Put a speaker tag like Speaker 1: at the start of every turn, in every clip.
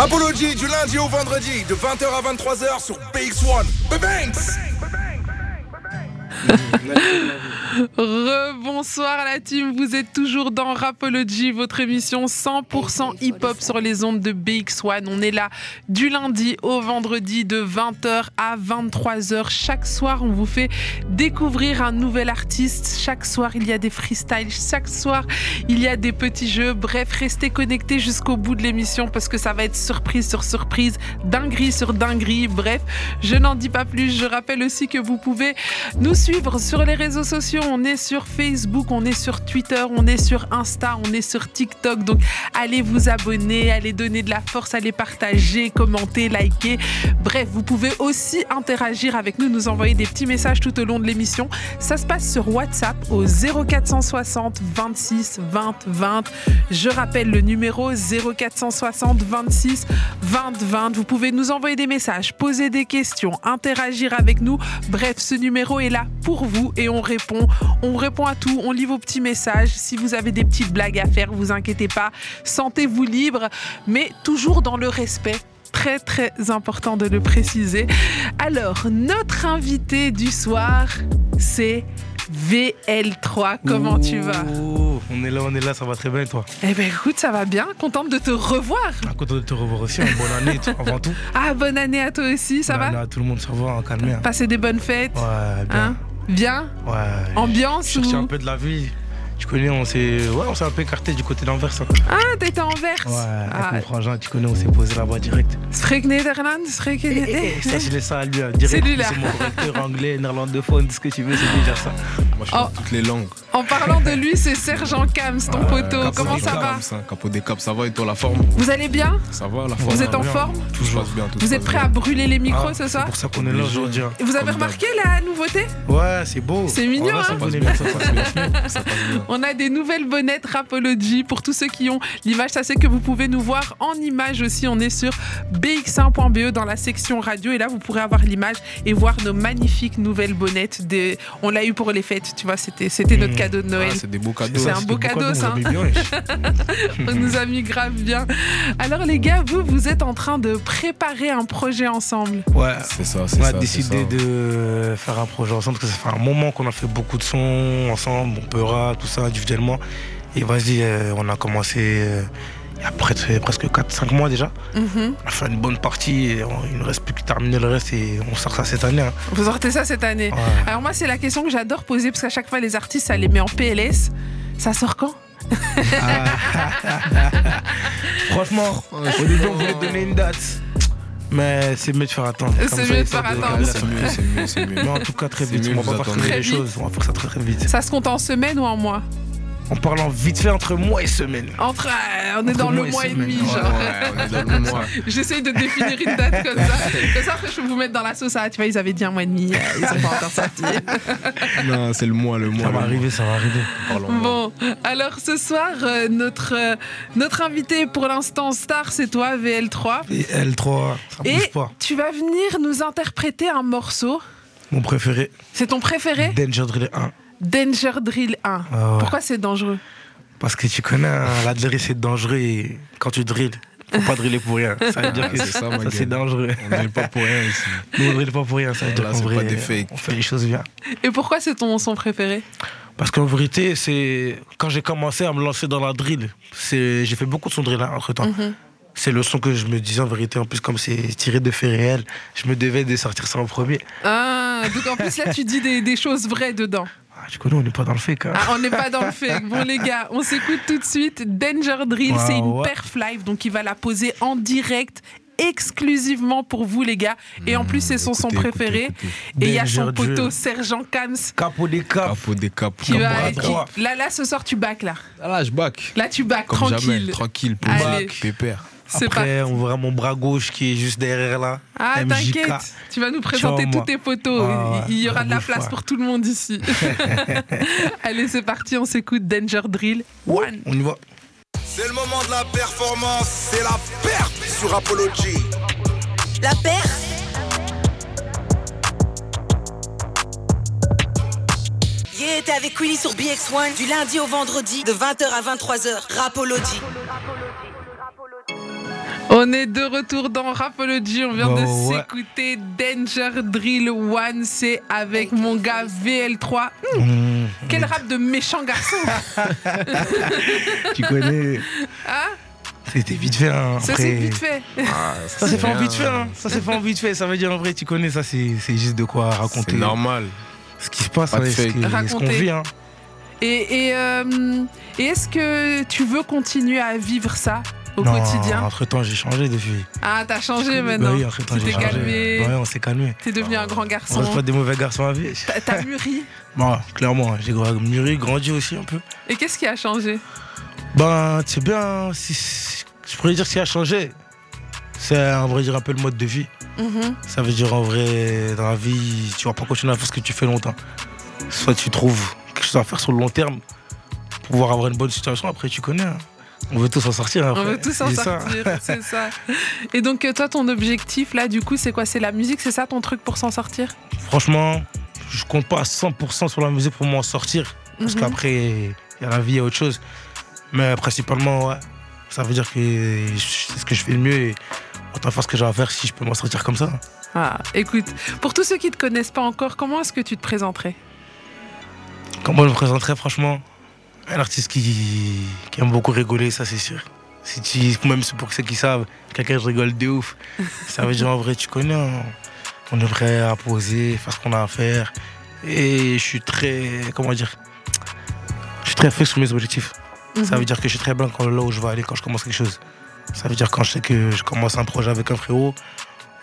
Speaker 1: Rapology du lundi au vendredi de 20h à 23h sur BX1. Bebanks
Speaker 2: Rebonsoir à la team, vous êtes toujours dans Rapology, votre émission 100% hip-hop sur les ondes de BX1. On est là du lundi au vendredi de 20h à 23h. Chaque soir, on vous fait découvrir un nouvel artiste. Chaque soir, il y a des freestyles. Chaque soir, il y a des petits jeux. Bref, restez connectés jusqu'au bout de l'émission parce que ça va être surprise sur surprise, dinguerie sur dinguerie. Bref, je n'en dis pas plus. Je rappelle aussi que vous pouvez nous suivre sur les réseaux sociaux. On est sur Facebook, on est sur Twitter, on est sur Insta, on est sur TikTok. Donc allez vous abonner, allez donner de la force, allez partager, commenter, liker. Bref, vous pouvez aussi interagir avec nous, nous envoyer des petits messages tout au long de l'émission. Ça se passe sur WhatsApp au 0460 26 20 20. Je rappelle le numéro 0460 26 20 20. Vous pouvez nous envoyer des messages, poser des questions, interagir avec nous. Bref, ce numéro est là pour vous et on répond. On répond à tout, on lit vos petits messages. Si vous avez des petites blagues à faire, vous inquiétez pas. Sentez-vous libre, mais toujours dans le respect. Très très important de le préciser. Alors, notre invité du soir, c'est VL3. Comment tu vas
Speaker 3: Ouh, Oh, On est là, on est là, ça va très bien et toi
Speaker 2: Eh ben écoute, ça va bien. Contente de te revoir.
Speaker 3: Ah, Content de te revoir aussi, hein. bonne année et tout, avant tout.
Speaker 2: Ah, bonne année à toi aussi, ça
Speaker 3: Bonne
Speaker 2: va
Speaker 3: année à tout le monde, ça va, hein, calmé. hein.
Speaker 2: Passer des bonnes fêtes
Speaker 3: Ouais, bien.
Speaker 2: Hein Bien
Speaker 3: ouais.
Speaker 2: Ambiance
Speaker 3: Chercher
Speaker 2: ou-
Speaker 3: un peu de la vie. Tu connais, on s'est ouais, on s'est un peu écarté du côté d'Anvers. hein.
Speaker 2: Ah, t'étais en verse
Speaker 3: Ouais,
Speaker 2: Ah,
Speaker 3: avec mon frangin, tu connais, on s'est posé là-bas direct.
Speaker 2: Sfregné d'Erland Sfregné
Speaker 3: Et ça, je laisse ça à lui, hein, direct.
Speaker 2: Eh, C'est lui, là.
Speaker 3: C'est mon correcteur anglais, néerlandophone, ce que tu veux, c'est déjà ça.
Speaker 1: Moi je parle
Speaker 2: Oh.
Speaker 1: toutes les langues. Euh,
Speaker 2: En parlant de lui, c'est Serge Ancams, ton poteau.
Speaker 1: Capo
Speaker 2: Comment
Speaker 1: des
Speaker 2: ça
Speaker 1: Caps,
Speaker 2: va
Speaker 1: hein. Capo des Caps, ça va et toi la forme
Speaker 2: Vous allez bien
Speaker 1: Ça va la forme
Speaker 2: Vous êtes en
Speaker 3: bien.
Speaker 2: forme
Speaker 1: Tout se passe bien, tout
Speaker 2: Vous
Speaker 1: se
Speaker 2: êtes
Speaker 1: passe
Speaker 2: prêts à brûler les micros
Speaker 3: Ah,
Speaker 2: ce
Speaker 3: C'est
Speaker 2: soir
Speaker 3: pour ça qu'on est là aujourd'hui. hein.
Speaker 2: Et Vous avez
Speaker 1: Comme d'hab.
Speaker 2: remarqué la nouveauté
Speaker 3: Ouais, c'est beau.
Speaker 2: C'est mignon,
Speaker 3: En vrai, ça
Speaker 2: hein.
Speaker 1: bien. Ça passe bien,
Speaker 3: venait bien,
Speaker 1: ça
Speaker 3: ça
Speaker 1: passe bien. Ça passe bien.
Speaker 2: On a des nouvelles bonnettes Rapology. Pour tous ceux qui ont l'image, ça c'est que vous pouvez nous voir en image aussi. On est sur bx1.be dans la section radio et là vous pourrez avoir l'image et voir nos magnifiques nouvelles bonnettes. Des... On l'a eu pour les fêtes, tu vois, c'était c'était notre
Speaker 3: Mmh.
Speaker 2: cadeau de Noël.
Speaker 1: Ah, c'est des beaux cadeaux.
Speaker 2: C'est
Speaker 1: hein.
Speaker 2: un beau cadeau, ça,
Speaker 3: on vous a mis bien,
Speaker 2: On nous a mis grave bien. Alors les gars, vous, vous êtes en train de préparer un projet ensemble.
Speaker 3: Ouais,
Speaker 1: C'est ça, c'est
Speaker 3: On
Speaker 1: ça.
Speaker 3: a
Speaker 1: c'est
Speaker 3: décidé
Speaker 1: ça.
Speaker 3: de faire un projet ensemble parce que ça fait un moment qu'on a fait beaucoup de sons ensemble, on peura, tout ça individuellement. Et vas-y, euh, on a commencé euh, il y a près de- presque 4-5 mois déjà.
Speaker 2: Mhm.
Speaker 3: On a fait une bonne partie et on- il ne reste plus que terminer le reste et on sort ça cette année. hein.
Speaker 2: Vous sortez ça cette année.
Speaker 3: Ouais.
Speaker 2: Alors moi, c'est la question que j'adore poser parce qu'à chaque fois, les artistes, ça les met en PLS. Ça sort quand
Speaker 3: Franchement, au début on voulait donner une date, mais c'est mieux de faire attendre.
Speaker 2: C'est
Speaker 3: Comme ça,
Speaker 2: mieux de
Speaker 3: histoire
Speaker 2: faire
Speaker 1: Ouais,
Speaker 2: attendre.
Speaker 1: Ah, C'est mieux, c'est mieux, c'est mieux.
Speaker 3: Mais en tout cas très
Speaker 1: C'est
Speaker 3: vite,
Speaker 1: mieux
Speaker 3: on
Speaker 1: que vous
Speaker 3: va pas
Speaker 1: attendez.
Speaker 3: traîner les
Speaker 2: Très vite.
Speaker 3: choses, on va faire ça très très vite.
Speaker 2: Ça se compte en semaine ou en mois
Speaker 3: En parlant vite fait entre mois et semaine.
Speaker 2: Entre, euh, on est
Speaker 3: Entre
Speaker 2: dans le
Speaker 3: mois et
Speaker 2: mois et
Speaker 3: semaine.
Speaker 2: demi,
Speaker 3: Ouais,
Speaker 2: genre.
Speaker 1: Ouais, on est dans le mois.
Speaker 2: J'essaye de définir une date comme ça. Comme ça, après, je peux vous mettre dans la sauce. Ah, tu vois, ils avaient dit un mois et demi. euh, Ils sont pas encore sortis.
Speaker 1: Non, c'est le mois, le mois.
Speaker 3: Ça
Speaker 1: le
Speaker 3: va
Speaker 1: mois.
Speaker 3: arriver, ça va arriver.
Speaker 1: Parlons-en.
Speaker 2: Bon, alors ce soir, euh, notre, euh, notre invité pour l'instant star, c'est toi, VL3.
Speaker 3: Et L3, ça Ah, bouge
Speaker 2: Et
Speaker 3: pas.
Speaker 2: tu vas venir nous interpréter un morceau.
Speaker 3: Mon préféré,
Speaker 2: C'est ton préféré
Speaker 3: Danger Drill 1.
Speaker 2: Danger Drill 1.
Speaker 3: Ah ouais.
Speaker 2: Pourquoi c'est dangereux
Speaker 3: Parce que tu connais, hein, la drill c'est dangereux et quand tu drilles, faut pas driller pour rien. Ça veut dire
Speaker 1: Ah,
Speaker 3: que
Speaker 1: c'est ça,
Speaker 3: ça,
Speaker 1: ma gueule.
Speaker 3: c'est dangereux.
Speaker 1: On n'est pas pour rien ici.
Speaker 3: Nous on drille pas pour rien, ça veut dire
Speaker 1: Là,
Speaker 3: qu'en
Speaker 1: c'est pas
Speaker 3: vrai,
Speaker 1: des fakes.
Speaker 3: on fait les choses bien.
Speaker 2: Et pourquoi c'est ton son préféré
Speaker 3: Parce qu'en vérité, c'est quand j'ai commencé à me lancer dans la drill, c'est j'ai fait beaucoup de son drill entre temps.
Speaker 2: Mhm.
Speaker 3: C'est le son que je me disais en vérité, en plus comme c'est tiré de faits réels, je me devais de sortir ça en premier.
Speaker 2: Ah, donc en plus là tu dis des, des choses vraies dedans.
Speaker 3: Ah, tu connais, on n'est pas dans le fake. hein.
Speaker 2: Ah, on n'est pas dans le fake. Bon les gars, on s'écoute tout de suite. Danger Drill,
Speaker 3: Wow,
Speaker 2: c'est une
Speaker 3: ouais.
Speaker 2: perf live, donc il va la poser en direct exclusivement pour vous les gars. Et en plus c'est son son
Speaker 1: Écoutez,
Speaker 2: préféré.
Speaker 1: écoutez, écoutez.
Speaker 2: Et il y a son
Speaker 3: Danger Drill.
Speaker 2: poteau Sergent Kams
Speaker 3: Capot des capes.
Speaker 1: Capot des capes.
Speaker 2: qui
Speaker 1: capot
Speaker 2: va
Speaker 1: à
Speaker 3: bras
Speaker 2: qui-
Speaker 1: droite.
Speaker 3: droit.
Speaker 2: là là ce soir tu back là.
Speaker 1: Ah Là, je back.
Speaker 2: Là tu back
Speaker 1: Comme
Speaker 2: tranquille.
Speaker 1: jamais, tranquille, plus
Speaker 2: Allez.
Speaker 1: back, pépère.
Speaker 2: C'est pas
Speaker 3: Après, on verra mon bras gauche qui est juste derrière là.
Speaker 2: Ah,
Speaker 3: MJK.
Speaker 2: t'inquiète, tu vas nous présenter
Speaker 3: Tiens,
Speaker 2: tous
Speaker 3: moi.
Speaker 2: tes photos.
Speaker 3: Ah,
Speaker 2: Il il y
Speaker 3: ouais,
Speaker 2: aura de la
Speaker 3: bouge
Speaker 2: place
Speaker 3: pas.
Speaker 2: pour tout le monde ici. Allez, c'est parti, on s'écoute Danger Drill. One.
Speaker 3: On y va.
Speaker 1: C'est le moment de la performance, c'est la perte sur Apology.
Speaker 4: La paire Yeah, t'es avec Queenie sur BX1 du lundi au vendredi de 20h à 23h. Rapology.
Speaker 2: On est de retour dans Rapology, on vient de
Speaker 3: Oh, ouais.
Speaker 2: s'écouter Danger Drill One, c'est avec mon gars VL3. Hum,
Speaker 3: Mmh,
Speaker 2: Quel rap de méchant garçon
Speaker 3: tu connais.
Speaker 2: Ah.
Speaker 3: C'était vite fait. hein,
Speaker 2: Ça
Speaker 3: après.
Speaker 2: c'est vite fait
Speaker 3: Ça s'est fait en vite fait, hein. Ça s'est fait en vite fait. Ça veut dire en vrai, tu connais ça, c'est c'est juste de quoi raconter.
Speaker 5: C'est normal.
Speaker 3: Ce qui se passe,
Speaker 5: Pas de
Speaker 3: ouais, ce
Speaker 5: fake.
Speaker 3: qui- ce qu'on
Speaker 2: Raconter.
Speaker 3: vit, hein.
Speaker 2: Et, et, euh, et est-ce que tu veux continuer à vivre ça au quotidien
Speaker 3: Entre temps, j'ai changé depuis.
Speaker 2: Ah t'as changé
Speaker 3: Bah
Speaker 2: maintenant,
Speaker 3: oui, entre temps,
Speaker 2: tu
Speaker 3: j'ai
Speaker 2: t'es
Speaker 3: changé.
Speaker 2: calmé,
Speaker 3: Bah ouais, Bah, on s'est calmé.
Speaker 2: t'es devenu un grand
Speaker 3: On reste pas
Speaker 2: garçon,
Speaker 3: des mauvais garçons à vie.
Speaker 2: T'as- t'as mûri.
Speaker 3: Bon, clairement, hein. j'ai gra- mûri, grandi aussi un peu.
Speaker 2: Et qu'est-ce qui a changé
Speaker 3: Ben, c'est bien. si- si- Je pourrais dire ce qui a changé. C'est, en vrai, dire un peu le mode de vie.
Speaker 2: Mhm.
Speaker 3: Ça veut dire en vrai, dans la vie, tu vas pas continuer à faire ce que tu fais longtemps. Soit tu trouves quelque chose à faire sur le long terme pour pouvoir avoir une bonne situation. Après, tu connais. hein. On veut tous s'en sortir.
Speaker 2: On
Speaker 3: après.
Speaker 2: veut tous en
Speaker 3: C'est ça.
Speaker 2: sortir, c'est ça. Et donc euh, toi, ton objectif là, du coup, c'est quoi C'est la musique, c'est ça ton truc pour s'en sortir
Speaker 3: Franchement, je compte pas à 100% sur la musique pour m'en sortir. Parce
Speaker 2: Mhm.
Speaker 3: qu'après, il y a la vie, il y a autre chose. Mais principalement, ouais. Ça veut dire que je- c'est ce que je fais le mieux et autant faire ce que j'ai à faire si je peux m'en sortir comme ça.
Speaker 2: Ah, écoute, pour tous ceux qui te connaissent pas encore, comment est-ce que tu te présenterais
Speaker 3: Comment je me présenterais, franchement Un artiste qui, qui aime beaucoup rigoler, ça c'est sûr. Si tu, même pour ceux qui savent, quelqu'un je rigole de ouf. Ça veut dire en vrai, tu connais. hein. On est prêt à poser, faire ce qu'on a à faire. Et je suis très. Comment dire Je suis très fixe sur mes objectifs. Mhm.
Speaker 2: Mhm.
Speaker 3: Ça veut dire que je suis très blanc quand, là où je vais aller quand je commence quelque chose. Ça veut dire quand je sais que je commence un projet avec un frérot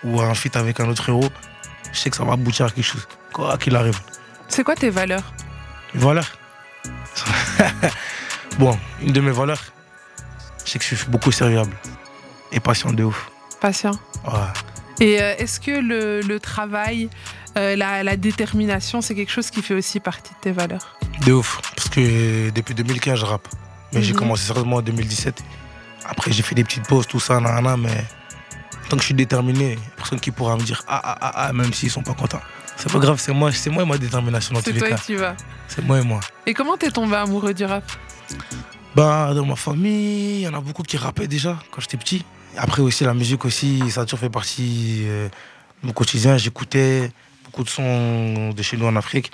Speaker 3: ou un feat avec un autre frérot, je sais que ça va aboutir à quelque chose, quoi qu'il arrive.
Speaker 2: C'est quoi tes valeurs
Speaker 3: Mes valeurs. bon, une de mes valeurs, c'est que je suis beaucoup serviable et patient de ouf.
Speaker 2: Patient.
Speaker 3: Ouais.
Speaker 2: Et euh, est-ce que le, le travail, euh, la, la détermination, c'est quelque chose qui fait aussi partie de tes valeurs
Speaker 3: De ouf. Parce que depuis 2015, je rappe. Mais j'ai
Speaker 2: Mhm.
Speaker 3: commencé sérieusement en 2017. Après, j'ai fait des petites pauses, tout ça, nanana, mais tant que je suis déterminé, personne qui pourra me dire ah, ah, ah, ah, même s'ils sont pas contents. C'est pas grave, c'est moi, c'est moi et ma détermination dans tous
Speaker 2: C'est
Speaker 3: les
Speaker 2: toi
Speaker 3: cas.
Speaker 2: qui vas.
Speaker 3: C'est moi et moi.
Speaker 2: Et comment t'es tombé amoureux du rap
Speaker 3: Bah, dans ma famille, il y en a beaucoup qui rappaient déjà quand j'étais petit. Après aussi, la musique aussi, ça a toujours fait partie euh, de mon quotidien. J'écoutais beaucoup de sons de chez nous en Afrique,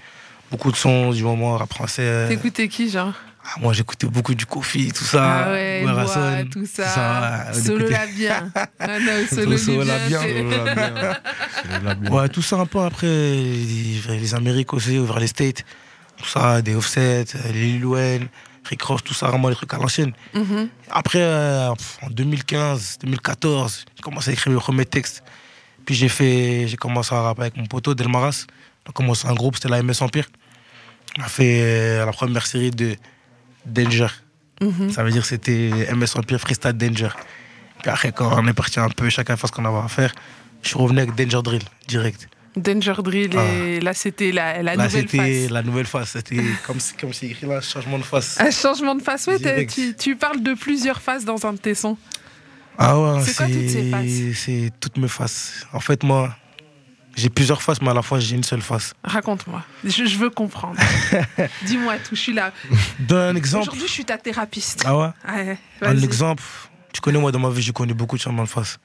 Speaker 3: beaucoup de sons du moment rap français.
Speaker 2: T'écoutais qui, genre
Speaker 3: Ah, moi, j'écoutais beaucoup du Kofi, tout ça.
Speaker 2: Ah ouais,
Speaker 3: Ouera
Speaker 2: moi,
Speaker 3: Son,
Speaker 2: tout ça.
Speaker 3: ouais, on
Speaker 2: solo
Speaker 3: écoutait-
Speaker 2: la bien. Ah non, solo,
Speaker 3: Solo
Speaker 2: lui
Speaker 3: la bien,
Speaker 2: c'est-
Speaker 5: Solo la bien. Solo la bien.
Speaker 3: Ouais, tout ça un peu après, vers les Amériques aussi, vers les States, tout ça, des Offset, les Lil Wayne, Rick Ross, tout ça, vraiment les trucs à l'ancienne.
Speaker 2: Mhm.
Speaker 3: Après, euh, pff, en 2015, 2014, j'ai commencé à écrire mes premiers textes. Puis j'ai fait, j'ai commencé à rapper avec mon poteau Delmaras. On a commencé un groupe, c'était la MS Empire. On a fait euh, la première série de Danger. Ça veut dire que c'était MS Empire Freestyle Danger. Puis après, quand on est parti un peu, chacun fait ce qu'on avait à faire, je suis revenu avec Danger Drill, direct.
Speaker 2: Danger Drill, et là c'était la, la
Speaker 3: Ah. là,
Speaker 2: nouvelle
Speaker 3: c'était
Speaker 2: face. Ah.
Speaker 3: la nouvelle phase. C'était comme si- comme c'est écrit là, changement de face.
Speaker 2: Un changement de face, ouais, t'as-
Speaker 3: Direct.
Speaker 2: tu, tu parles de plusieurs faces dans un de tes sons.
Speaker 3: Ah ouais,
Speaker 2: C'est quoi toutes ces
Speaker 3: c'est
Speaker 2: faces
Speaker 3: c'est toutes mes faces. En fait, moi, j'ai plusieurs faces, mais à la fois, j'ai une seule face.
Speaker 2: Raconte-moi, je, je veux comprendre. Dis-moi tout, je suis là.
Speaker 3: Donne un exemple.
Speaker 2: Aujourd'hui je suis ta thérapeute.
Speaker 3: Ah ouais
Speaker 2: Ouais,
Speaker 3: Un
Speaker 2: vas-y.
Speaker 3: exemple. Tu connais, moi, dans ma vie, j'ai connu beaucoup de changements de face.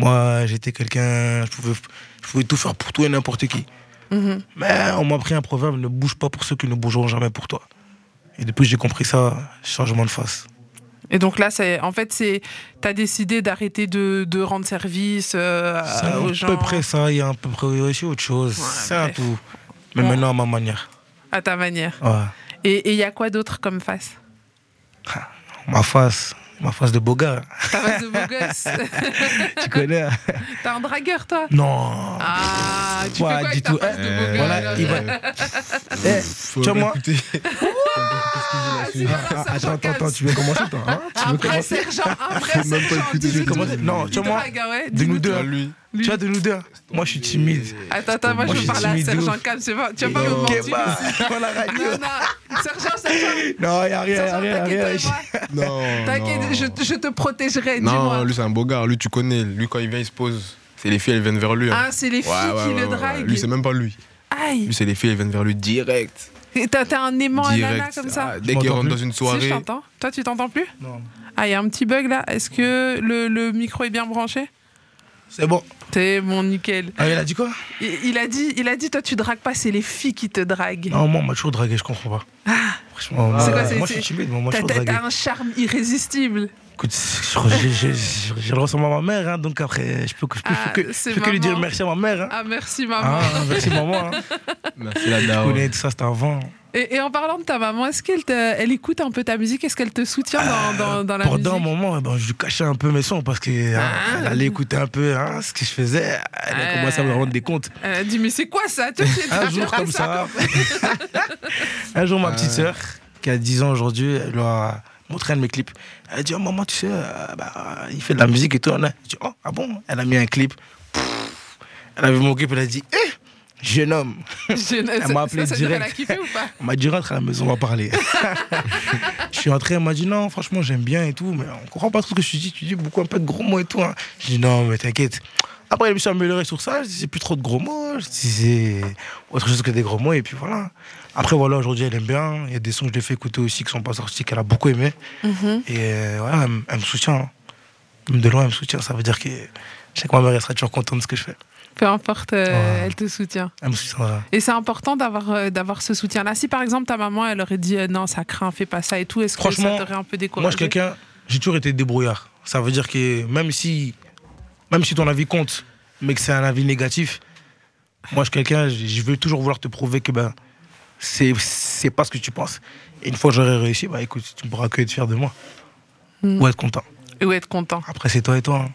Speaker 3: Moi, j'étais quelqu'un, je pouvais, je pouvais tout faire pour tout et n'importe qui.
Speaker 2: Mhm.
Speaker 3: Mais on m'a pris un proverbe ne bouge pas pour ceux qui ne bougeront jamais pour toi. Et depuis, j'ai compris ça, changement de face.
Speaker 2: Et donc là, c'est, en fait, c'est, t'as décidé d'arrêter de, de rendre service euh,
Speaker 3: C'est à
Speaker 2: aux
Speaker 3: peu
Speaker 2: gens,
Speaker 3: près Ah, ça, il y a à peu près aussi autre chose.
Speaker 2: Ouais,
Speaker 3: c'est un
Speaker 2: bref.
Speaker 3: tout. Mais
Speaker 2: On-
Speaker 3: maintenant, à ma manière.
Speaker 2: à ta manière.
Speaker 3: Ouais.
Speaker 2: Et il y a quoi d'autre comme face
Speaker 3: Ma face, ma face de beau gars.
Speaker 2: Ta face Ah de beau gosse.
Speaker 3: Tu connais hein
Speaker 2: T'es un dragueur, toi
Speaker 3: Non.
Speaker 2: Ah, tu
Speaker 3: Ouais,
Speaker 2: fais quoi
Speaker 3: du
Speaker 2: avec ta
Speaker 3: tout.
Speaker 2: face de beau
Speaker 5: Euh,
Speaker 2: gosse
Speaker 3: voilà, il va- Eh,
Speaker 5: Faut
Speaker 3: tiens, moi.
Speaker 5: réécouter.
Speaker 2: Ah, attends, attends, attends, tu veux
Speaker 3: hein?
Speaker 2: commencer, toi Un vrai sergent, un vrai
Speaker 5: même pas
Speaker 2: sergent.
Speaker 5: écouter,
Speaker 2: dis-le
Speaker 5: je vais
Speaker 2: tout.
Speaker 5: commencer.
Speaker 3: Non, tu
Speaker 2: Il
Speaker 3: vois, moi,
Speaker 2: drague, ah ouais,
Speaker 3: de nous
Speaker 2: dis-nous
Speaker 3: deux,
Speaker 2: tout.
Speaker 5: À lui.
Speaker 3: tu vois, de nous deux. Moi, je suis timide.
Speaker 2: Attends, attends, moi,
Speaker 3: Moi,
Speaker 2: je
Speaker 3: je
Speaker 2: veux
Speaker 3: suis
Speaker 2: parler à
Speaker 3: timide de
Speaker 2: sergent
Speaker 3: ouf.
Speaker 2: Cam, c'est pas, tu vas pas me
Speaker 3: Ok,
Speaker 2: mentir.
Speaker 3: bah, voilà, la radio.
Speaker 2: Non, non, sergent, sergent,
Speaker 3: Non, y a rien, y a
Speaker 2: sergent,
Speaker 3: rien, y a rien.
Speaker 2: t'inquiète, toi et moi.
Speaker 5: Non. non.
Speaker 2: t'inquiète, je, je te protégerai,
Speaker 5: Non,
Speaker 2: dis-moi.
Speaker 5: lui, c'est un beau gars. Lui, tu connais. Lui, quand il vient, il se pose. C'est les filles, elles viennent vers lui. hein.
Speaker 2: Ah, c'est les filles
Speaker 5: Ouais, ouais,
Speaker 2: qui
Speaker 5: ouais,
Speaker 2: le
Speaker 5: ouais, ouais.
Speaker 2: draguent.
Speaker 5: Lui, c'est même pas lui.
Speaker 2: Aïe.
Speaker 5: Lui, c'est les filles, elles viennent vers lui direct.
Speaker 2: Et T'as t'as un aimant à nana
Speaker 5: Direct.
Speaker 2: comme ça
Speaker 5: Ah, dès
Speaker 3: Je
Speaker 5: qu'il
Speaker 3: m'entends
Speaker 5: rentre
Speaker 3: plus.
Speaker 5: dans une
Speaker 2: Si, je
Speaker 5: soirée.
Speaker 2: t'entends. Toi, tu t'entends plus
Speaker 3: Non.
Speaker 2: Ah, il y a un petit bug là. Est-ce que le, le micro est bien branché
Speaker 3: C'est bon.
Speaker 2: T'es mon nickel.
Speaker 3: Ah, il a dit quoi
Speaker 2: Il, il a dit, il a dit, toi, tu dragues pas, c'est les filles qui te draguent.
Speaker 3: Non, moi, on m'a toujours dragué, je comprends pas. Franchement,
Speaker 2: Ah. C'est quoi,
Speaker 3: moi,
Speaker 2: c'est-
Speaker 3: moi, je
Speaker 2: c'est-
Speaker 3: suis timide, mais moi, je
Speaker 2: T'as-
Speaker 3: suis
Speaker 2: T'as
Speaker 3: dragué.
Speaker 2: t'as un charme irrésistible.
Speaker 3: Écoute, j'ai- j'ai j'ai- j'ai le ressens à ma mère, hein, donc après, je peux, que- je peux, je
Speaker 2: Ah,
Speaker 3: peux que,
Speaker 2: c'est
Speaker 3: je peux que lui
Speaker 2: maman.
Speaker 3: dire merci à ma mère. Hein.
Speaker 2: Ah, merci, maman.
Speaker 3: Ah, merci maman. Hein.
Speaker 5: Merci bah, la
Speaker 3: Je connais
Speaker 5: daronne.
Speaker 3: tout ça, c'était avant.
Speaker 2: Et, et en parlant de ta maman, est-ce qu'elle te- elle écoute un peu ta musique Est-ce qu'elle te soutient dans, dans, dans la
Speaker 3: Pendant un
Speaker 2: musique
Speaker 3: moment, eh ben, je lui cachais un peu mes sons parce qu'elle
Speaker 2: Ah.
Speaker 3: allait écouter un peu hein, ce que je faisais. Elle a
Speaker 2: Ah.
Speaker 3: commencé à me rendre des comptes.
Speaker 2: Elle a dit, Euh, mais c'est quoi ça Toi, tu-
Speaker 3: Un
Speaker 2: tu
Speaker 3: jour
Speaker 2: fais
Speaker 3: comme Ah, ça. Euh, un jour, ma petite
Speaker 5: Ah.
Speaker 3: sœur, qui a 10 ans aujourd'hui, elle lui a montré un de mes clips. Elle a dit oh, Maman, tu sais, euh, bah, il fait de la musique et tout. Elle a dit Oh, ah bon Elle a mis un clip. Pfff. Elle a vu mon clip, elle a dit Eh, jeune homme
Speaker 2: Je-
Speaker 3: Elle m'a appelé
Speaker 2: ça, ça veut dire
Speaker 3: direct.
Speaker 2: qu'elle a kiffé ou pas
Speaker 3: On m'a dit rentre à la maison, on va parler. je suis rentré, elle m'a dit non, franchement j'aime bien et tout, mais on comprend pas trop ce que je dis. Tu dis beaucoup un peu de gros mots et tout. Hein. Je dis non, mais t'inquiète. Après, je me suis amélioré sur ça. Je disais plus trop de gros mots. Je disais autre chose que des gros mots. Et puis voilà. Après, voilà, aujourd'hui, elle aime bien. Il y a des sons que je lui ai fait écouter aussi qui sont pas sortis, qu'elle a beaucoup aimé. Et euh, voilà, elle, m- elle me soutient. hein. Même de loin, elle me soutient. Ça veut dire que chaque ma mère, elle sera toujours contente de ce que je fais.
Speaker 2: Peu importe, euh,
Speaker 3: Ouais.
Speaker 2: elle te soutient.
Speaker 3: Elle me soutiendra.
Speaker 2: Et c'est important d'avoir euh, d'avoir ce soutien-là. Si par exemple ta maman, elle aurait dit euh, non, ça craint, fais pas ça et tout, est-ce que ça
Speaker 3: Franchement,
Speaker 2: t'aurait un peu découragé
Speaker 3: Moi, je suis quelqu'un, j'ai toujours été débrouillard. Ça veut dire que même si, même si ton avis compte, mais que c'est un avis négatif, moi, je suis quelqu'un, je je veux toujours vouloir te prouver que ben, c'est, c'est pas ce que tu penses. Et une fois que j'aurai réussi, bah écoute, tu ne pourras que être fier de moi.
Speaker 2: Mm.
Speaker 3: Ou être content.
Speaker 2: Ou être content.
Speaker 3: Après, c'est toi et toi. hein.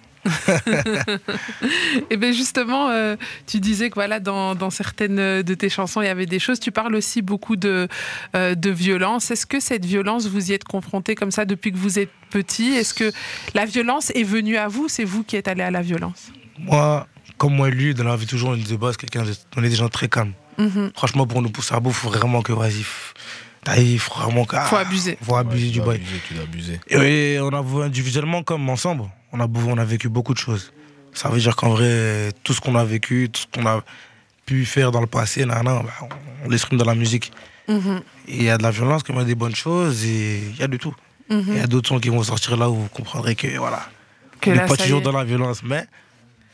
Speaker 2: Et bien Eh justement, euh, tu disais que voilà, dans, dans certaines de tes chansons, il y avait des choses. Tu parles aussi beaucoup de, euh, de violence. Est-ce que cette violence, vous y êtes confronté comme ça depuis que vous êtes petit Est-ce que la violence est venue à vous C'est vous qui êtes allé à la violence
Speaker 3: Moi, comme moi et lui, dans la vie, toujours, on est de base, quelqu'un, de- on est des gens très calmes.
Speaker 2: Mhm.
Speaker 3: Franchement, pour nous pousser à bout, faut vraiment que, vas-y, f- t'ailles, faut vraiment que.
Speaker 2: Faut
Speaker 3: ah,
Speaker 2: abuser.
Speaker 3: Faut abuser du bail.
Speaker 5: Tu l'as abusé.
Speaker 3: Et on a vu individuellement comme ensemble, on a, beau- on a vécu beaucoup de choses. Ça veut dire qu'en vrai, tout ce qu'on a vécu, tout ce qu'on a pu faire dans le passé, nan, nan, bah, on l'exprime dans la musique.
Speaker 2: Mhm.
Speaker 3: Et il y a de la violence, comme il y a des bonnes choses, et il y a de tout. Et
Speaker 2: Mm-hmm.
Speaker 3: Il y a d'autres sons qui vont sortir là où vous comprendrez que voilà,
Speaker 2: Que
Speaker 3: on
Speaker 2: là,
Speaker 3: n'est pas
Speaker 2: ça y
Speaker 3: toujours
Speaker 2: est.
Speaker 3: dans la violence, mais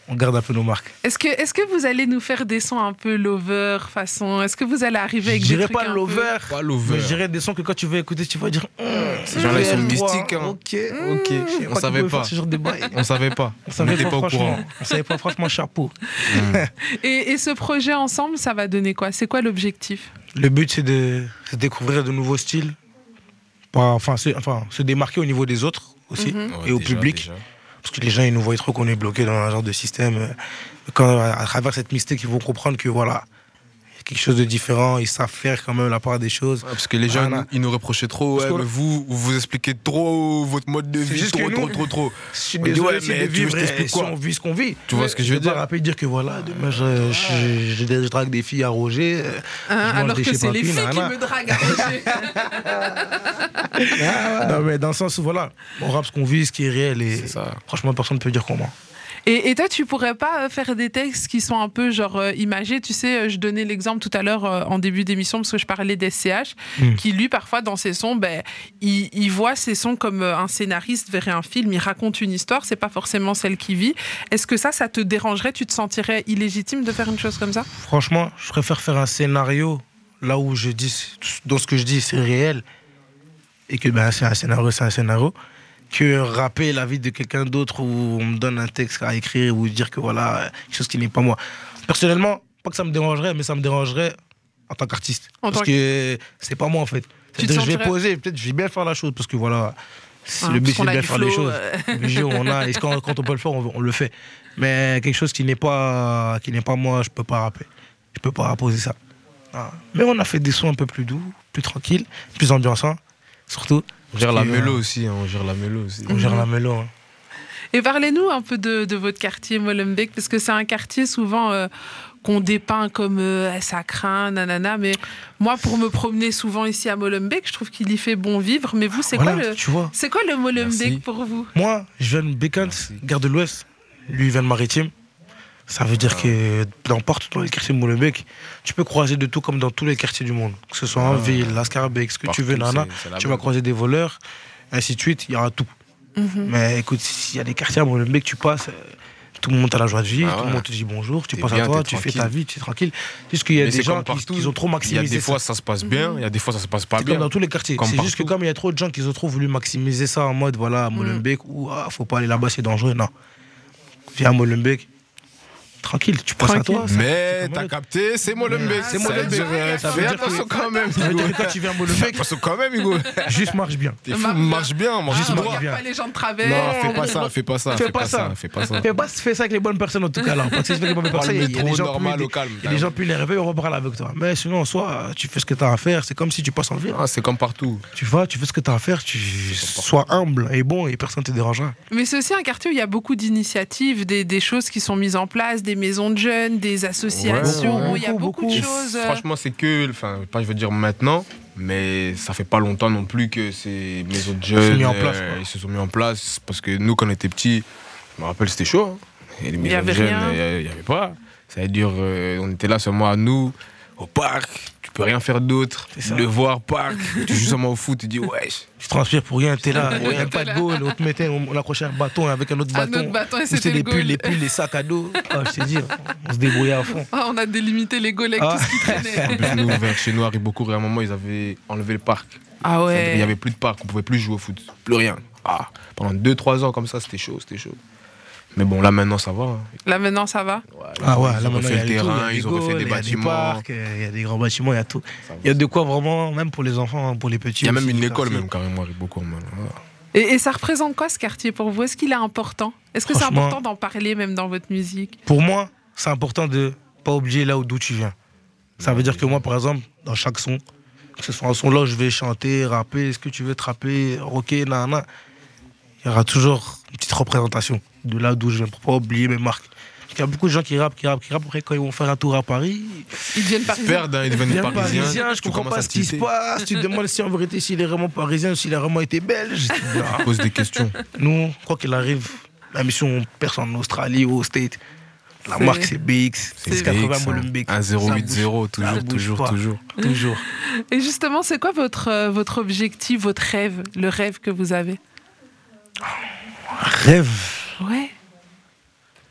Speaker 3: on garde un peu nos marques.
Speaker 2: Est-ce que, est que vous allez nous faire des sons un peu lover façon Est-ce que vous allez arriver
Speaker 3: Je
Speaker 2: avec
Speaker 3: dirais
Speaker 2: des trucs
Speaker 3: pas
Speaker 2: un
Speaker 3: l'over,
Speaker 5: Pas
Speaker 3: mais
Speaker 5: l'over.
Speaker 3: je dirais des sons que quand tu vas écouter, tu vas dire.
Speaker 5: Ces gens-là, ils sont
Speaker 3: Mmh,
Speaker 5: mystiques. hein.
Speaker 3: Ok,
Speaker 2: Mm.
Speaker 5: Ok. On savait pas.
Speaker 3: Ce genre de bail.
Speaker 5: On savait pas.
Speaker 3: On
Speaker 5: On
Speaker 3: savait
Speaker 5: n'était
Speaker 3: pas,
Speaker 5: pas au
Speaker 3: franchement.
Speaker 5: courant.
Speaker 3: On savait pas franchement chapeau.
Speaker 2: peu et, et ce projet ensemble, ça va donner quoi C'est quoi l'objectif
Speaker 3: Le but, c'est de, c'est de découvrir de nouveaux styles, Pas- enfin se, enfin, se démarquer au niveau des autres aussi,
Speaker 2: Mhm.
Speaker 3: et au public. Parce que les gens, ils nous voient trop qu'on est bloqué dans un genre de système. euh, Quand, à à travers cette mystique, ils vont comprendre que voilà, il y a quelque chose de différent, ils savent faire quand même la part des choses.
Speaker 5: parce que les gens,
Speaker 3: Voilà.
Speaker 5: ils nous reprochaient trop.
Speaker 3: Ah, Parce
Speaker 5: ouais,
Speaker 3: que-
Speaker 5: mais vous, vous vous expliquez trop votre mode de
Speaker 3: C'est
Speaker 5: vie.
Speaker 3: juste
Speaker 5: Trop,
Speaker 3: que
Speaker 5: trop,
Speaker 3: nous-
Speaker 5: trop, trop.
Speaker 3: Je suis
Speaker 5: On dit,
Speaker 3: désolé
Speaker 5: ouais,
Speaker 3: si
Speaker 5: mais
Speaker 3: de
Speaker 5: tu
Speaker 3: vivre,
Speaker 5: veux que je t'explique
Speaker 3: eh, si
Speaker 5: quoi
Speaker 3: on vit ce qu'on vit.
Speaker 5: Tu vois ce que je
Speaker 3: Je
Speaker 5: veux
Speaker 3: vais pas
Speaker 5: dire
Speaker 3: rappeler dire que voilà, demain je, je, je, je drague des filles à Roger. euh, je
Speaker 2: Hein,
Speaker 3: mange
Speaker 2: Alors
Speaker 3: des hein,
Speaker 2: que c'est les
Speaker 3: chépapines,
Speaker 2: filles qui
Speaker 3: nanana.
Speaker 2: me draguent. hein, à Roger.
Speaker 3: Non, mais dans le sens où voilà, on rappe ce qu'on vit, ce qui est réel et
Speaker 5: C'est ça.
Speaker 3: franchement, personne ne peut dire qu'on ment.
Speaker 2: Et, et toi, tu pourrais pas euh, faire des textes qui sont un peu genre euh, imagés. Tu sais, euh, je donnais l'exemple tout à l'heure euh, en début d'émission parce que je parlais d'SCH,
Speaker 3: Mm.
Speaker 2: qui lui, parfois, dans ses sons, ben, il, il voit ses sons comme euh, un scénariste verrait un film, il raconte une histoire, c'est pas forcément celle qui vit. Est-ce que ça, ça te dérangerait Tu te sentirais illégitime de faire une chose comme ça
Speaker 3: Franchement, je préfère faire un scénario là où je dis, dans ce que je dis, c'est réel et que ben, c'est un scénario, c'est un scénario, que rapper la vie de quelqu'un d'autre où on me donne un texte à écrire ou dire que voilà, euh, quelque chose qui n'est pas moi. Personnellement, pas que ça me dérangerait, mais ça me dérangerait en tant qu'artiste.
Speaker 2: En
Speaker 3: Parce
Speaker 2: tant
Speaker 3: que c'est pas moi en fait.
Speaker 2: Tu te
Speaker 3: C'est-à-dire, Je vais
Speaker 2: sentirais-
Speaker 3: poser, peut-être je vais bien faire la chose parce que voilà, c'est-
Speaker 2: Hein,
Speaker 3: le but c'est
Speaker 2: parce qu'on
Speaker 3: de
Speaker 2: a
Speaker 3: bien
Speaker 2: du
Speaker 3: faire les
Speaker 2: flow,
Speaker 3: choses.
Speaker 2: euh,
Speaker 3: Le vieux, on a, et quand, quand on peut le faire, on, on le fait. Mais quelque chose qui n'est pas, qui n'est pas moi, je peux pas rapper. Je peux pas poser ça. Ah. Mais on a fait des sons un peu plus doux, plus tranquilles, plus ambiançants, surtout.
Speaker 5: On gère la
Speaker 3: Parce que,
Speaker 5: mélo
Speaker 3: euh,
Speaker 5: aussi. hein, On gère la mélo aussi.
Speaker 3: On gère la
Speaker 2: Mhm.
Speaker 3: mélo. hein.
Speaker 2: Et parlez-nous un peu de, de votre quartier Molenbeek, parce que c'est un quartier souvent euh, qu'on dépeint comme euh, Ah, ça craint, nanana. Mais moi, pour me promener souvent ici à Molenbeek, je trouve qu'il y fait bon vivre. Mais vous, c'est quoi
Speaker 3: Ah, Voilà,
Speaker 2: le
Speaker 3: tu vois.
Speaker 2: c'est quoi le Molenbeek
Speaker 5: Merci.
Speaker 2: pour vous
Speaker 3: Moi, je viens de Bécante,
Speaker 5: Merci.
Speaker 3: Gare de l'Ouest. Lui, il vient de Maritime. Ça veut
Speaker 5: Ah.
Speaker 3: dire que n'importe dans les quartiers de Molenbeek, tu peux croiser de tout comme dans tous les quartiers du monde. Que ce soit en ville, la Scarabée, ce que tu veux,
Speaker 5: Ah. Partout,
Speaker 3: nana,
Speaker 5: c'est- c'est la
Speaker 3: tu vas
Speaker 5: mode.
Speaker 3: croiser des voleurs, ainsi de suite, il y aura tout. Mais écoute, s'il y a des quartiers à Molenbeek, tu passes, euh, tout le monde a la joie de vivre,
Speaker 5: Ah
Speaker 3: tout
Speaker 5: ouais.
Speaker 3: le monde te dit bonjour, tu
Speaker 5: T'es
Speaker 3: penses à
Speaker 5: bien,
Speaker 3: toi,
Speaker 5: t'es
Speaker 3: tu fais ta
Speaker 5: tranquille.
Speaker 3: vie, tu es tranquille. Parce qu'il y a
Speaker 5: Mais
Speaker 3: des
Speaker 5: c'est
Speaker 3: gens
Speaker 5: comme
Speaker 3: qui,
Speaker 5: partout.
Speaker 3: qui ont trop
Speaker 5: Il y a
Speaker 3: maximisé
Speaker 5: des
Speaker 3: ça.
Speaker 5: fois ça se passe bien, il y a des fois ça se passe pas
Speaker 3: C'est comme
Speaker 5: Ah bien.
Speaker 3: dans tous les quartiers.
Speaker 5: Comme
Speaker 3: C'est juste que
Speaker 5: partout.
Speaker 3: comme il y a trop de gens qui se trouvent voulu maximiser ça en mode voilà, à Molenbeek,
Speaker 5: Mm.
Speaker 3: ou ah, faut pas aller là-bas, c'est dangereux. Non. Viens à Molenbeek, tranquille, tu passes
Speaker 2: Tranquille.
Speaker 3: à toi. ça- c'est
Speaker 5: Mais
Speaker 3: comme un
Speaker 5: t'as
Speaker 3: autre.
Speaker 5: capté, c'est Molenbeek.
Speaker 3: C'est
Speaker 5: Ça veut
Speaker 3: Molenbeek.
Speaker 5: dire, euh,
Speaker 3: Ça veut
Speaker 5: Fais
Speaker 3: dire que-
Speaker 5: attention quand même,
Speaker 3: Ça veut
Speaker 5: Hugo.
Speaker 3: dire que quand tu viens à
Speaker 5: Fais
Speaker 3: Molenbeek,
Speaker 5: attention quand même, Hugo.
Speaker 3: juste marche bien.
Speaker 5: T'es
Speaker 2: Marche
Speaker 5: fou,
Speaker 2: bien.
Speaker 5: marche bien,
Speaker 2: Ah,
Speaker 5: mange juste
Speaker 2: regarde
Speaker 5: droit.
Speaker 3: bien.
Speaker 2: pas les gens de travers.
Speaker 5: Non, fais pas ça, fais pas ça,
Speaker 3: Fais pas ça.
Speaker 5: fais pas ça.
Speaker 3: Fais pas, fais ça avec les bonnes personnes en tout cas là. Parce que c'est avec les bonnes
Speaker 5: Prends
Speaker 3: personnes, il
Speaker 5: le
Speaker 3: y a- il y a des
Speaker 5: métro
Speaker 3: gens
Speaker 5: normal
Speaker 3: plus-
Speaker 5: au calme,
Speaker 3: Il y a des gens plus les réveils, on reparle avec toi. Mais sinon, en soi, tu fais ce que tu as à faire. C'est comme si tu passes en ville. hein.
Speaker 5: Ah, c'est comme partout.
Speaker 3: Tu vas, tu fais ce que tu as à faire. Tu sois humble et bon et personne te dérangera.
Speaker 2: Mais c'est aussi un quartier où il y a beaucoup d'initiatives, des, des choses qui sont mises en place, des maisons de jeunes, des associations.
Speaker 3: Ouais, ouais,
Speaker 2: il y a
Speaker 3: beaucoup,
Speaker 2: beaucoup, de
Speaker 3: beaucoup.
Speaker 2: choses. euh,
Speaker 5: Franchement, c'est que, enfin, pas je veux dire maintenant, mais ça fait pas longtemps non plus que ces maisons de jeunes
Speaker 3: sont mis en place,
Speaker 5: euh,
Speaker 3: quoi.
Speaker 5: ils se sont mis en place parce que nous, quand on était petits, je me rappelle, c'était chaud. hein. Et les maisons
Speaker 2: avait
Speaker 5: de jeunes,
Speaker 2: rien.
Speaker 5: il n'y avait pas. Ça veut dire, euh, on était là seulement à nous, au parc. Tu peux rien faire d'autre.
Speaker 3: ça.
Speaker 5: Le voir, parc. tu joues seulement au foot, tu dis, wesh.
Speaker 3: Tu transpires pour rien, t'es là, il
Speaker 2: Ouais,
Speaker 3: n'y a
Speaker 2: t'es
Speaker 3: pas
Speaker 2: là.
Speaker 3: de goal, on te mettait, on, on accrochait un bâton avec un autre
Speaker 2: Un
Speaker 3: bâton.
Speaker 2: autre bâton et
Speaker 3: Ou
Speaker 2: c'était
Speaker 3: c'est
Speaker 2: le
Speaker 3: les
Speaker 2: goal.
Speaker 3: pulls, les pulls, les sacs à dos. Ah, je te dis, on se débrouillait à fond.
Speaker 2: ah, on a délimité les golets
Speaker 3: Ah.
Speaker 2: tout ce qui traînait.
Speaker 5: En plus, nous, vers chez nous, à Ribocourt, à un moment, ils avaient enlevé le parc.
Speaker 2: Ah
Speaker 5: C'est-à-dire, Il n'y
Speaker 2: ouais.
Speaker 5: avait plus de parc, on pouvait plus jouer au foot, plus rien. Ah, pendant 2-3 ans comme ça, c'était chaud, c'était chaud. Mais bon, là maintenant ça va. hein.
Speaker 2: Là maintenant ça va.
Speaker 3: Ah ouais,
Speaker 5: ils
Speaker 3: là
Speaker 5: ont
Speaker 3: maintenant,
Speaker 5: refait
Speaker 3: il y a eu
Speaker 5: le
Speaker 3: tout, il y a
Speaker 5: terrain,
Speaker 3: des
Speaker 5: ils ont refait
Speaker 3: goals,
Speaker 5: des
Speaker 3: Il y a
Speaker 5: bâtiments.
Speaker 3: des parcs, euh, il y a des grands bâtiments, il y a tout. Il y a de quoi vraiment, même pour les enfants, hein, pour les petits.
Speaker 5: Il y a
Speaker 3: aussi,
Speaker 5: même une
Speaker 3: du
Speaker 5: école,
Speaker 3: quartier.
Speaker 5: même carrément, avec beaucoup man. Ah.
Speaker 2: Et, et ça représente quoi ce quartier pour vous Est-ce qu'il est important Est-ce que c'est
Speaker 3: Franchement-
Speaker 2: important d'en parler même dans votre musique
Speaker 3: Pour moi, c'est important de pas oublier là où- d'où tu viens. Ça veut dire que moi, par exemple, dans chaque son, que ce soit un son là où je vais chanter, rapper, ce que tu veux, trapper, rocker, nanana, il y aura toujours une petite représentation de là d'où je viens pour pas oublier mes marques. Parce qu'il y a beaucoup de gens qui rappent, qui rappent, qui rappent. Après, quand ils vont faire un tour à Paris,
Speaker 2: Ils deviennent
Speaker 5: Ils se
Speaker 2: parisiens.
Speaker 5: perdent, hein, ils
Speaker 3: ils
Speaker 5: deviennent
Speaker 3: viennent
Speaker 5: parisiens.
Speaker 3: parisiens, je
Speaker 5: tu
Speaker 3: comprends
Speaker 5: commences
Speaker 3: pas
Speaker 5: à
Speaker 3: ce qui se
Speaker 5: tilter.
Speaker 3: passe. Tu te demandes si en vérité, s'il est vraiment parisien, s'il a vraiment été belge. Tu te dis, Ah,
Speaker 5: Tu poses des questions.
Speaker 3: Nous, quoi qu'il arrive, la mission personne en Australie ou au State, la
Speaker 2: C'est-
Speaker 3: marque c'est BX,
Speaker 5: C'est
Speaker 3: c'est 80
Speaker 5: BX,
Speaker 3: Molenbeek.
Speaker 5: euh, Un 080,
Speaker 3: Ça
Speaker 5: toujours,
Speaker 3: bouge
Speaker 5: toujours,
Speaker 3: pas.
Speaker 5: toujours.
Speaker 3: Ça bouge Toujours.
Speaker 2: Et justement, c'est quoi votre, euh, votre objectif, votre rêve, le rêve que vous avez
Speaker 3: Rêve.
Speaker 2: Ouais.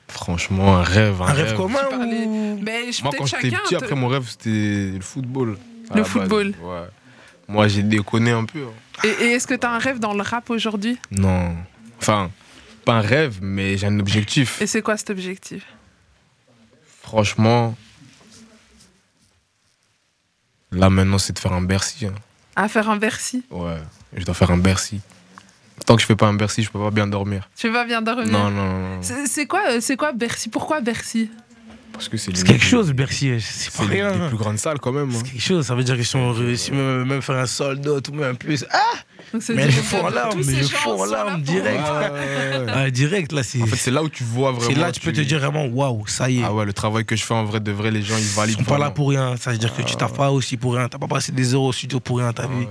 Speaker 5: Franchement, un rêve. Un,
Speaker 3: Un rêve commun
Speaker 2: Tu parlais-
Speaker 3: ou...
Speaker 2: Mais je-
Speaker 5: Moi,
Speaker 2: peut-être
Speaker 5: quand j'étais
Speaker 2: chacun.
Speaker 5: petit,
Speaker 2: te-
Speaker 5: après mon rêve, c'était le football. à
Speaker 2: Le
Speaker 5: la base.
Speaker 2: football.
Speaker 5: Ouais. Moi, j'ai déconné un peu. hein.
Speaker 2: Et, et est-ce que tu as un rêve dans le rap aujourd'hui
Speaker 5: Non. Enfin, pas un rêve, mais j'ai un objectif.
Speaker 2: Et c'est quoi cet objectif
Speaker 5: Franchement, là maintenant, c'est de faire un Bercy. hein.
Speaker 2: À faire un Bercy
Speaker 5: Ouais, je dois faire un Bercy. Tant que je fais pas un Bercy, je peux pas bien dormir.
Speaker 2: Tu vas bien dormir
Speaker 5: Non, non, non. non.
Speaker 2: C'est c'est quoi, euh, c'est quoi Bercy Pourquoi Bercy
Speaker 5: Parce que c'est
Speaker 3: C'est
Speaker 5: l'une
Speaker 3: quelque
Speaker 5: des-
Speaker 3: chose, Bercy, c'est pas
Speaker 5: C'est l'une
Speaker 3: rien.
Speaker 5: des
Speaker 3: hein.
Speaker 5: plus grandes salles quand même. hein.
Speaker 3: C'est quelque chose, ça veut dire que si on réussit même, même faire un sold out ou même plus. Ah,
Speaker 2: Donc, c'est-
Speaker 3: mais je
Speaker 2: c'est-
Speaker 3: fonds en
Speaker 2: tous
Speaker 3: larmes,
Speaker 2: ces
Speaker 3: mais je
Speaker 2: gens
Speaker 3: fonds en
Speaker 2: sont là
Speaker 3: larmes
Speaker 2: pour-
Speaker 5: Ouais,
Speaker 3: direct.
Speaker 5: ouais, ouais.
Speaker 3: Ah, direct, là, c'est.
Speaker 5: En fait, c'est là où tu vois vraiment.
Speaker 3: c'est là tu peux te dire vraiment, waouh, ça y est.
Speaker 5: Ah ouais, le travail que je fais en vrai, de vrai, les gens ils
Speaker 3: ils
Speaker 5: valident.
Speaker 3: sont pas là
Speaker 5: vraiment. Ah
Speaker 3: pour rien. Ça veut dire que tu t'as pas aussi pour rien. T'as pas passé des euros au studio pour rien, t'as vu.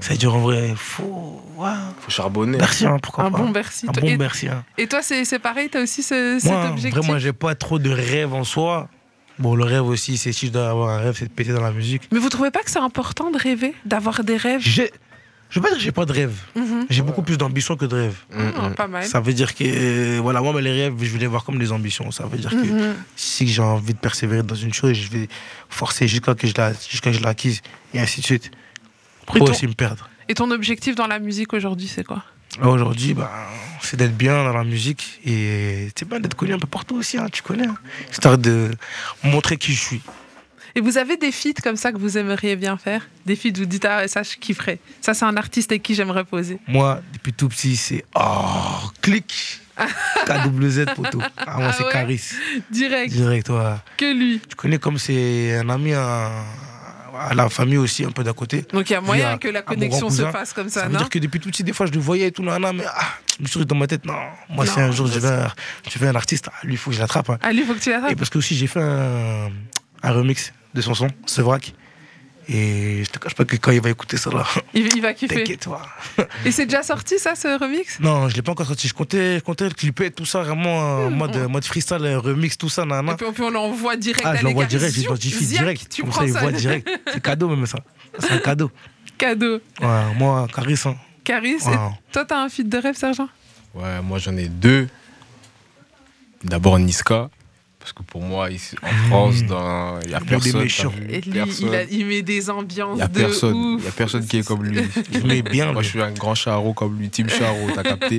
Speaker 3: Ça veut dire en vrai, faut. waouh.
Speaker 5: Faut charbonner.
Speaker 3: Merci, hein, pourquoi
Speaker 2: Un
Speaker 3: pas.
Speaker 2: bon Bercy.
Speaker 3: Un
Speaker 2: Toi-
Speaker 3: bon
Speaker 2: et,
Speaker 3: merci. hein.
Speaker 2: et toi, c'est c'est pareil, tu as aussi ce-
Speaker 3: Moi,
Speaker 2: cet objectif
Speaker 3: vraiment, j'ai pas trop de rêve en soi. Bon, le rêve aussi, c'est si je dois avoir un rêve, c'est de péter dans la musique.
Speaker 2: Mais vous trouvez pas que c'est important de rêver, d'avoir des rêves
Speaker 3: J'ai- Je veux pas dire que j'ai pas de rêve.
Speaker 2: Mhm.
Speaker 3: J'ai beaucoup plus d'ambition que de rêve.
Speaker 2: Ah, Pas mal.
Speaker 3: Ça veut dire que, euh, voilà, moi, mais les rêves, je vais les voir comme des ambitions. Ça veut dire
Speaker 2: Mhm.
Speaker 3: que si j'ai envie de persévérer dans une chose, je vais forcer jusqu'à que je la, jusqu'à que je l'acquise, et ainsi de suite. Pour
Speaker 2: ton-
Speaker 3: aussi me perdre.
Speaker 2: Et ton objectif dans la musique aujourd'hui, c'est quoi
Speaker 3: Là, Aujourd'hui, bah, c'est d'être bien dans la musique et c'est bien d'être connu un peu partout aussi, hein, tu connais. hein. Histoire de montrer qui je suis.
Speaker 2: Et vous avez des feats comme ça que vous aimeriez bien faire Des feats, vous dites, ah, ça, je kifferais. Ça, c'est un artiste avec qui j'aimerais poser.
Speaker 3: Moi, depuis tout petit, c'est oh, clic, KWZ poteau. Ah, moi,
Speaker 2: Ah
Speaker 3: c'est
Speaker 2: ouais
Speaker 3: Caris.
Speaker 2: Direct,
Speaker 3: Direct, toi.
Speaker 2: que lui.
Speaker 3: Tu connais comme c'est un ami à, à la famille aussi, un peu d'à côté.
Speaker 2: Donc, il y a
Speaker 3: Lui,
Speaker 2: moyen
Speaker 3: à-
Speaker 2: que la
Speaker 3: à mon
Speaker 2: connexion se
Speaker 3: grand-cousin.
Speaker 2: fasse comme
Speaker 3: Ça
Speaker 2: ça,
Speaker 3: veut
Speaker 2: non
Speaker 3: dire que depuis tout petit, des fois, je le voyais et tout, nanana, mais ah, je me suis dit dans ma tête, non, moi, si
Speaker 2: Non,
Speaker 3: un jour je
Speaker 2: c'est-
Speaker 3: vais, je vais un artiste, ah, lui, il faut que je l'attrape. hein.
Speaker 2: Ah, lui, faut que tu
Speaker 3: Et
Speaker 2: l'attrapes.
Speaker 3: parce que aussi j'ai fait un, un remix de son son, Sevrac. Et je te cache pas que quand il va écouter ça là,
Speaker 2: Il, il va kiffer.
Speaker 3: t'inquiète, toi.
Speaker 2: Et c'est déjà sorti ça, ce remix
Speaker 3: Non, je l'ai pas encore sorti. Je comptais, je comptais le clipper, tout ça, vraiment euh, en mode, mode freestyle, euh, remix, tout ça, nana.
Speaker 2: Hmm, Et puis, puis on l'envoie direct
Speaker 3: Ah,
Speaker 2: à
Speaker 3: je l'envoie
Speaker 2: l'écart.
Speaker 3: direct, je l'identifie
Speaker 2: Ziac,
Speaker 3: direct.
Speaker 2: Tu
Speaker 3: Comme
Speaker 2: prends
Speaker 3: ça, il
Speaker 2: ça,
Speaker 3: voit direct. C'est cadeau, même ça. Ça, C'est un cadeau.
Speaker 2: cadeau.
Speaker 3: Ouais, moi, Caris, hein.
Speaker 2: Caris, et
Speaker 3: Wow.
Speaker 2: toi t'as un feat de rêve, Sergent
Speaker 5: Ouais, moi j'en ai deux. D'abord Niska, parce que pour moi, ici, en
Speaker 3: Ah
Speaker 5: France, il n'y a
Speaker 3: Il est
Speaker 5: personne. t'as
Speaker 3: méchant.
Speaker 5: vu,
Speaker 2: Et lui,
Speaker 5: personne.
Speaker 2: il, a- il met des ambiances
Speaker 5: y a
Speaker 2: de
Speaker 5: personne,
Speaker 2: ouf.
Speaker 5: y a personne qui est comme lui.
Speaker 3: Je mets bien.
Speaker 5: Moi,
Speaker 3: lui.
Speaker 5: je suis un grand charro comme lui, Team Charo, t'as capté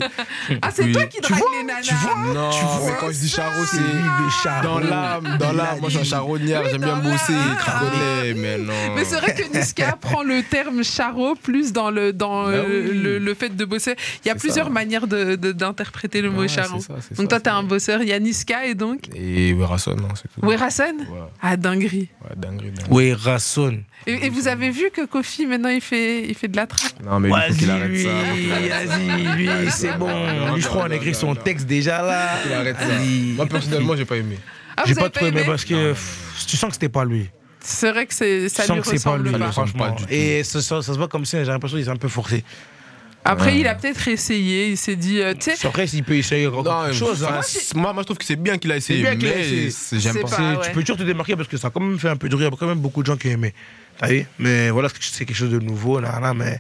Speaker 2: Ah, c'est
Speaker 5: Oui.
Speaker 2: toi qui drague les nanas.
Speaker 3: tu vois
Speaker 5: Non, mais quand je dis charro,
Speaker 3: C'est lui
Speaker 5: c'est
Speaker 3: le char.
Speaker 5: dans l'âme, dans l'âme. Moi, je suis un charognard, j'aime bien
Speaker 2: dans
Speaker 5: bosser,
Speaker 2: l'âme.
Speaker 5: tu connais, mais non.
Speaker 2: Mais c'est vrai que Niska prend le terme charo plus dans le dans
Speaker 5: Bah
Speaker 2: euh,
Speaker 5: oui.
Speaker 2: le, le fait de bosser. Il y a
Speaker 5: C'est
Speaker 2: plusieurs
Speaker 5: ça.
Speaker 2: manières de- de- d'interpréter le mot
Speaker 5: Ouais,
Speaker 2: charo.
Speaker 5: c'est ça, c'est
Speaker 2: Donc toi
Speaker 5: ça,
Speaker 2: t'es
Speaker 5: c'est
Speaker 2: un bosseur, il y a Niska et donc
Speaker 5: Et Werason, non, c'est tout.
Speaker 2: Werason
Speaker 5: Ouais, ouais,
Speaker 2: Ah dinguerie.
Speaker 5: dinguerie, dinguerie.
Speaker 3: Ouais, Rasson.
Speaker 2: Et, et vous avez vu que Kofi maintenant il fait il fait de la trappe.
Speaker 5: Non, mais il faut qu'il arrête
Speaker 3: lui,
Speaker 5: ça. faut qu'il arrête ça.
Speaker 3: vas-y, lui, c'est
Speaker 5: non,
Speaker 3: bon.
Speaker 5: non,
Speaker 3: Lui, je crois, on
Speaker 5: non,
Speaker 3: a écrit
Speaker 5: non,
Speaker 3: son
Speaker 5: non.
Speaker 3: texte déjà là.
Speaker 5: Faut qu'il arrête ça.
Speaker 3: Vas-y.
Speaker 5: Moi, personnellement, j'ai pas bah, aimé.
Speaker 2: Ah
Speaker 3: J'ai
Speaker 2: vous
Speaker 3: pas
Speaker 2: avez
Speaker 3: trop aimé
Speaker 2: aimé
Speaker 3: parce que pff, tu sens que c'était pas lui.
Speaker 2: C'est vrai que c'est ça
Speaker 3: tu sens
Speaker 2: lui
Speaker 3: que c'est pas
Speaker 2: ressemble
Speaker 3: lui,
Speaker 2: pas.
Speaker 5: ressemble
Speaker 3: franchement.
Speaker 5: pas du tout.
Speaker 3: Et ça, ça- ça se voit comme ça, j'ai l'impression qu'il est un peu forcé.
Speaker 2: Après il a peut-être essayé, il s'est dit euh, tu sais
Speaker 3: Après, s'il peut essayer encore
Speaker 5: Non,
Speaker 3: autre chose,
Speaker 5: moi,
Speaker 3: hein.
Speaker 5: c'est- moi, moi, je trouve que c'est bien qu'il a essayé,
Speaker 3: bien qu'il a
Speaker 5: mais
Speaker 3: essayé.
Speaker 5: c'est- j'aime
Speaker 2: C'est
Speaker 5: pas.
Speaker 2: pas-
Speaker 3: C'est-
Speaker 2: ouais.
Speaker 3: Tu peux toujours te démarquer parce que ça a quand même fait un peu de rire. Il y a quand même beaucoup de gens qui aimaient. T'as vu Mais voilà, c'est quelque chose de nouveau, là, là, mais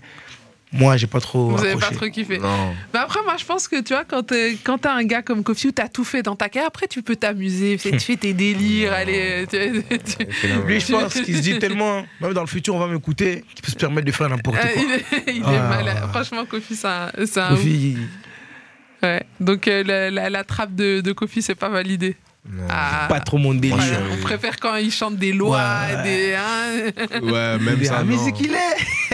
Speaker 3: moi, j'ai pas trop.
Speaker 2: vous avez pas
Speaker 3: accroché.
Speaker 2: trop kiffé.
Speaker 5: Non.
Speaker 2: Mais Bah, après, moi, je pense que tu vois, quand t'es- quand t'as un gars comme Kofi où t'as tout fait dans ta carrière, après, tu peux t'amuser, tu fais tes délires, allez. Tu, tu- tu-
Speaker 3: Lui, je pense qu'il se dit tellement, même dans le futur, on va m'écouter, qu'il peut se permettre de faire n'importe
Speaker 2: Euh,
Speaker 3: quoi.
Speaker 2: il est, il est
Speaker 3: Ah.
Speaker 2: malade. Franchement, Kofi, c'est un. c'est un ouf.
Speaker 3: Kofi,
Speaker 2: Ouais. Donc, euh, la, la- la trappe de, de Kofi, c'est pas validé.
Speaker 5: Non.
Speaker 2: Ah.
Speaker 3: pas trop mon délire.
Speaker 2: Voilà,
Speaker 5: je-
Speaker 2: on préfère quand il chante des lois,
Speaker 3: Ouais.
Speaker 2: des. hein.
Speaker 5: Ouais, même
Speaker 3: Mais
Speaker 5: ça.
Speaker 3: la
Speaker 5: non.
Speaker 3: musique, il est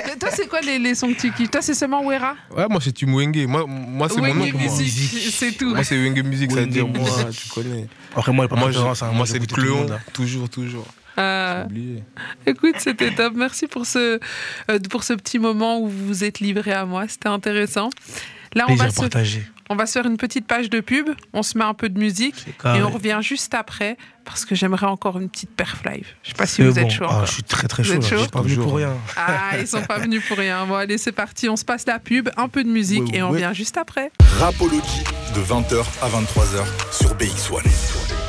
Speaker 2: Mais Toi, c'est quoi les, les sons que tu kiffes Toi, c'est seulement Wera
Speaker 3: Ah,
Speaker 5: Ouais, moi, c'est Tim Wenge. Moi, moi c'est mon nom
Speaker 2: Wenge
Speaker 5: pour moi.
Speaker 2: Music, c'est tout.
Speaker 5: Moi, c'est Wenge Music, ça veut
Speaker 3: Wenge
Speaker 5: dire moi,
Speaker 3: Music.
Speaker 5: tu connais.
Speaker 3: Après, moi, il y a pas
Speaker 5: Moi,
Speaker 3: de
Speaker 5: je-
Speaker 3: référence, hein.
Speaker 5: moi, c'est le
Speaker 3: j'écoute tout
Speaker 5: cléon.
Speaker 3: monde, hein.
Speaker 5: Toujours, toujours.
Speaker 2: Euh,
Speaker 5: Oublié.
Speaker 2: Écoute, c'était top. Merci pour ce, euh, pour ce petit moment où vous vous êtes livré à moi. C'était intéressant. Là, Ah, on va,
Speaker 3: Plaisir
Speaker 2: se,
Speaker 3: partagé.
Speaker 2: on va se faire une petite page de pub. On se met un peu de musique
Speaker 3: C'est
Speaker 2: et
Speaker 3: carré.
Speaker 2: on revient juste après parce que j'aimerais encore une petite perf live. Je sais pas si
Speaker 3: C'est
Speaker 2: vous
Speaker 3: bon.
Speaker 2: êtes chaud.
Speaker 3: Ah,
Speaker 2: encore.
Speaker 3: je suis très très
Speaker 2: Vous
Speaker 3: chaud.
Speaker 2: êtes
Speaker 3: là. Je
Speaker 2: chaud
Speaker 3: suis pas venu
Speaker 5: Toujours.
Speaker 3: pour rien.
Speaker 2: Ah, ils sont pas venus pour rien. Bon, allez, c'est parti. On se passe la pub, un peu de musique
Speaker 5: Ouais,
Speaker 2: et on
Speaker 5: ouais.
Speaker 2: revient juste après.
Speaker 1: Rapology de 20h à 23h sur BX1.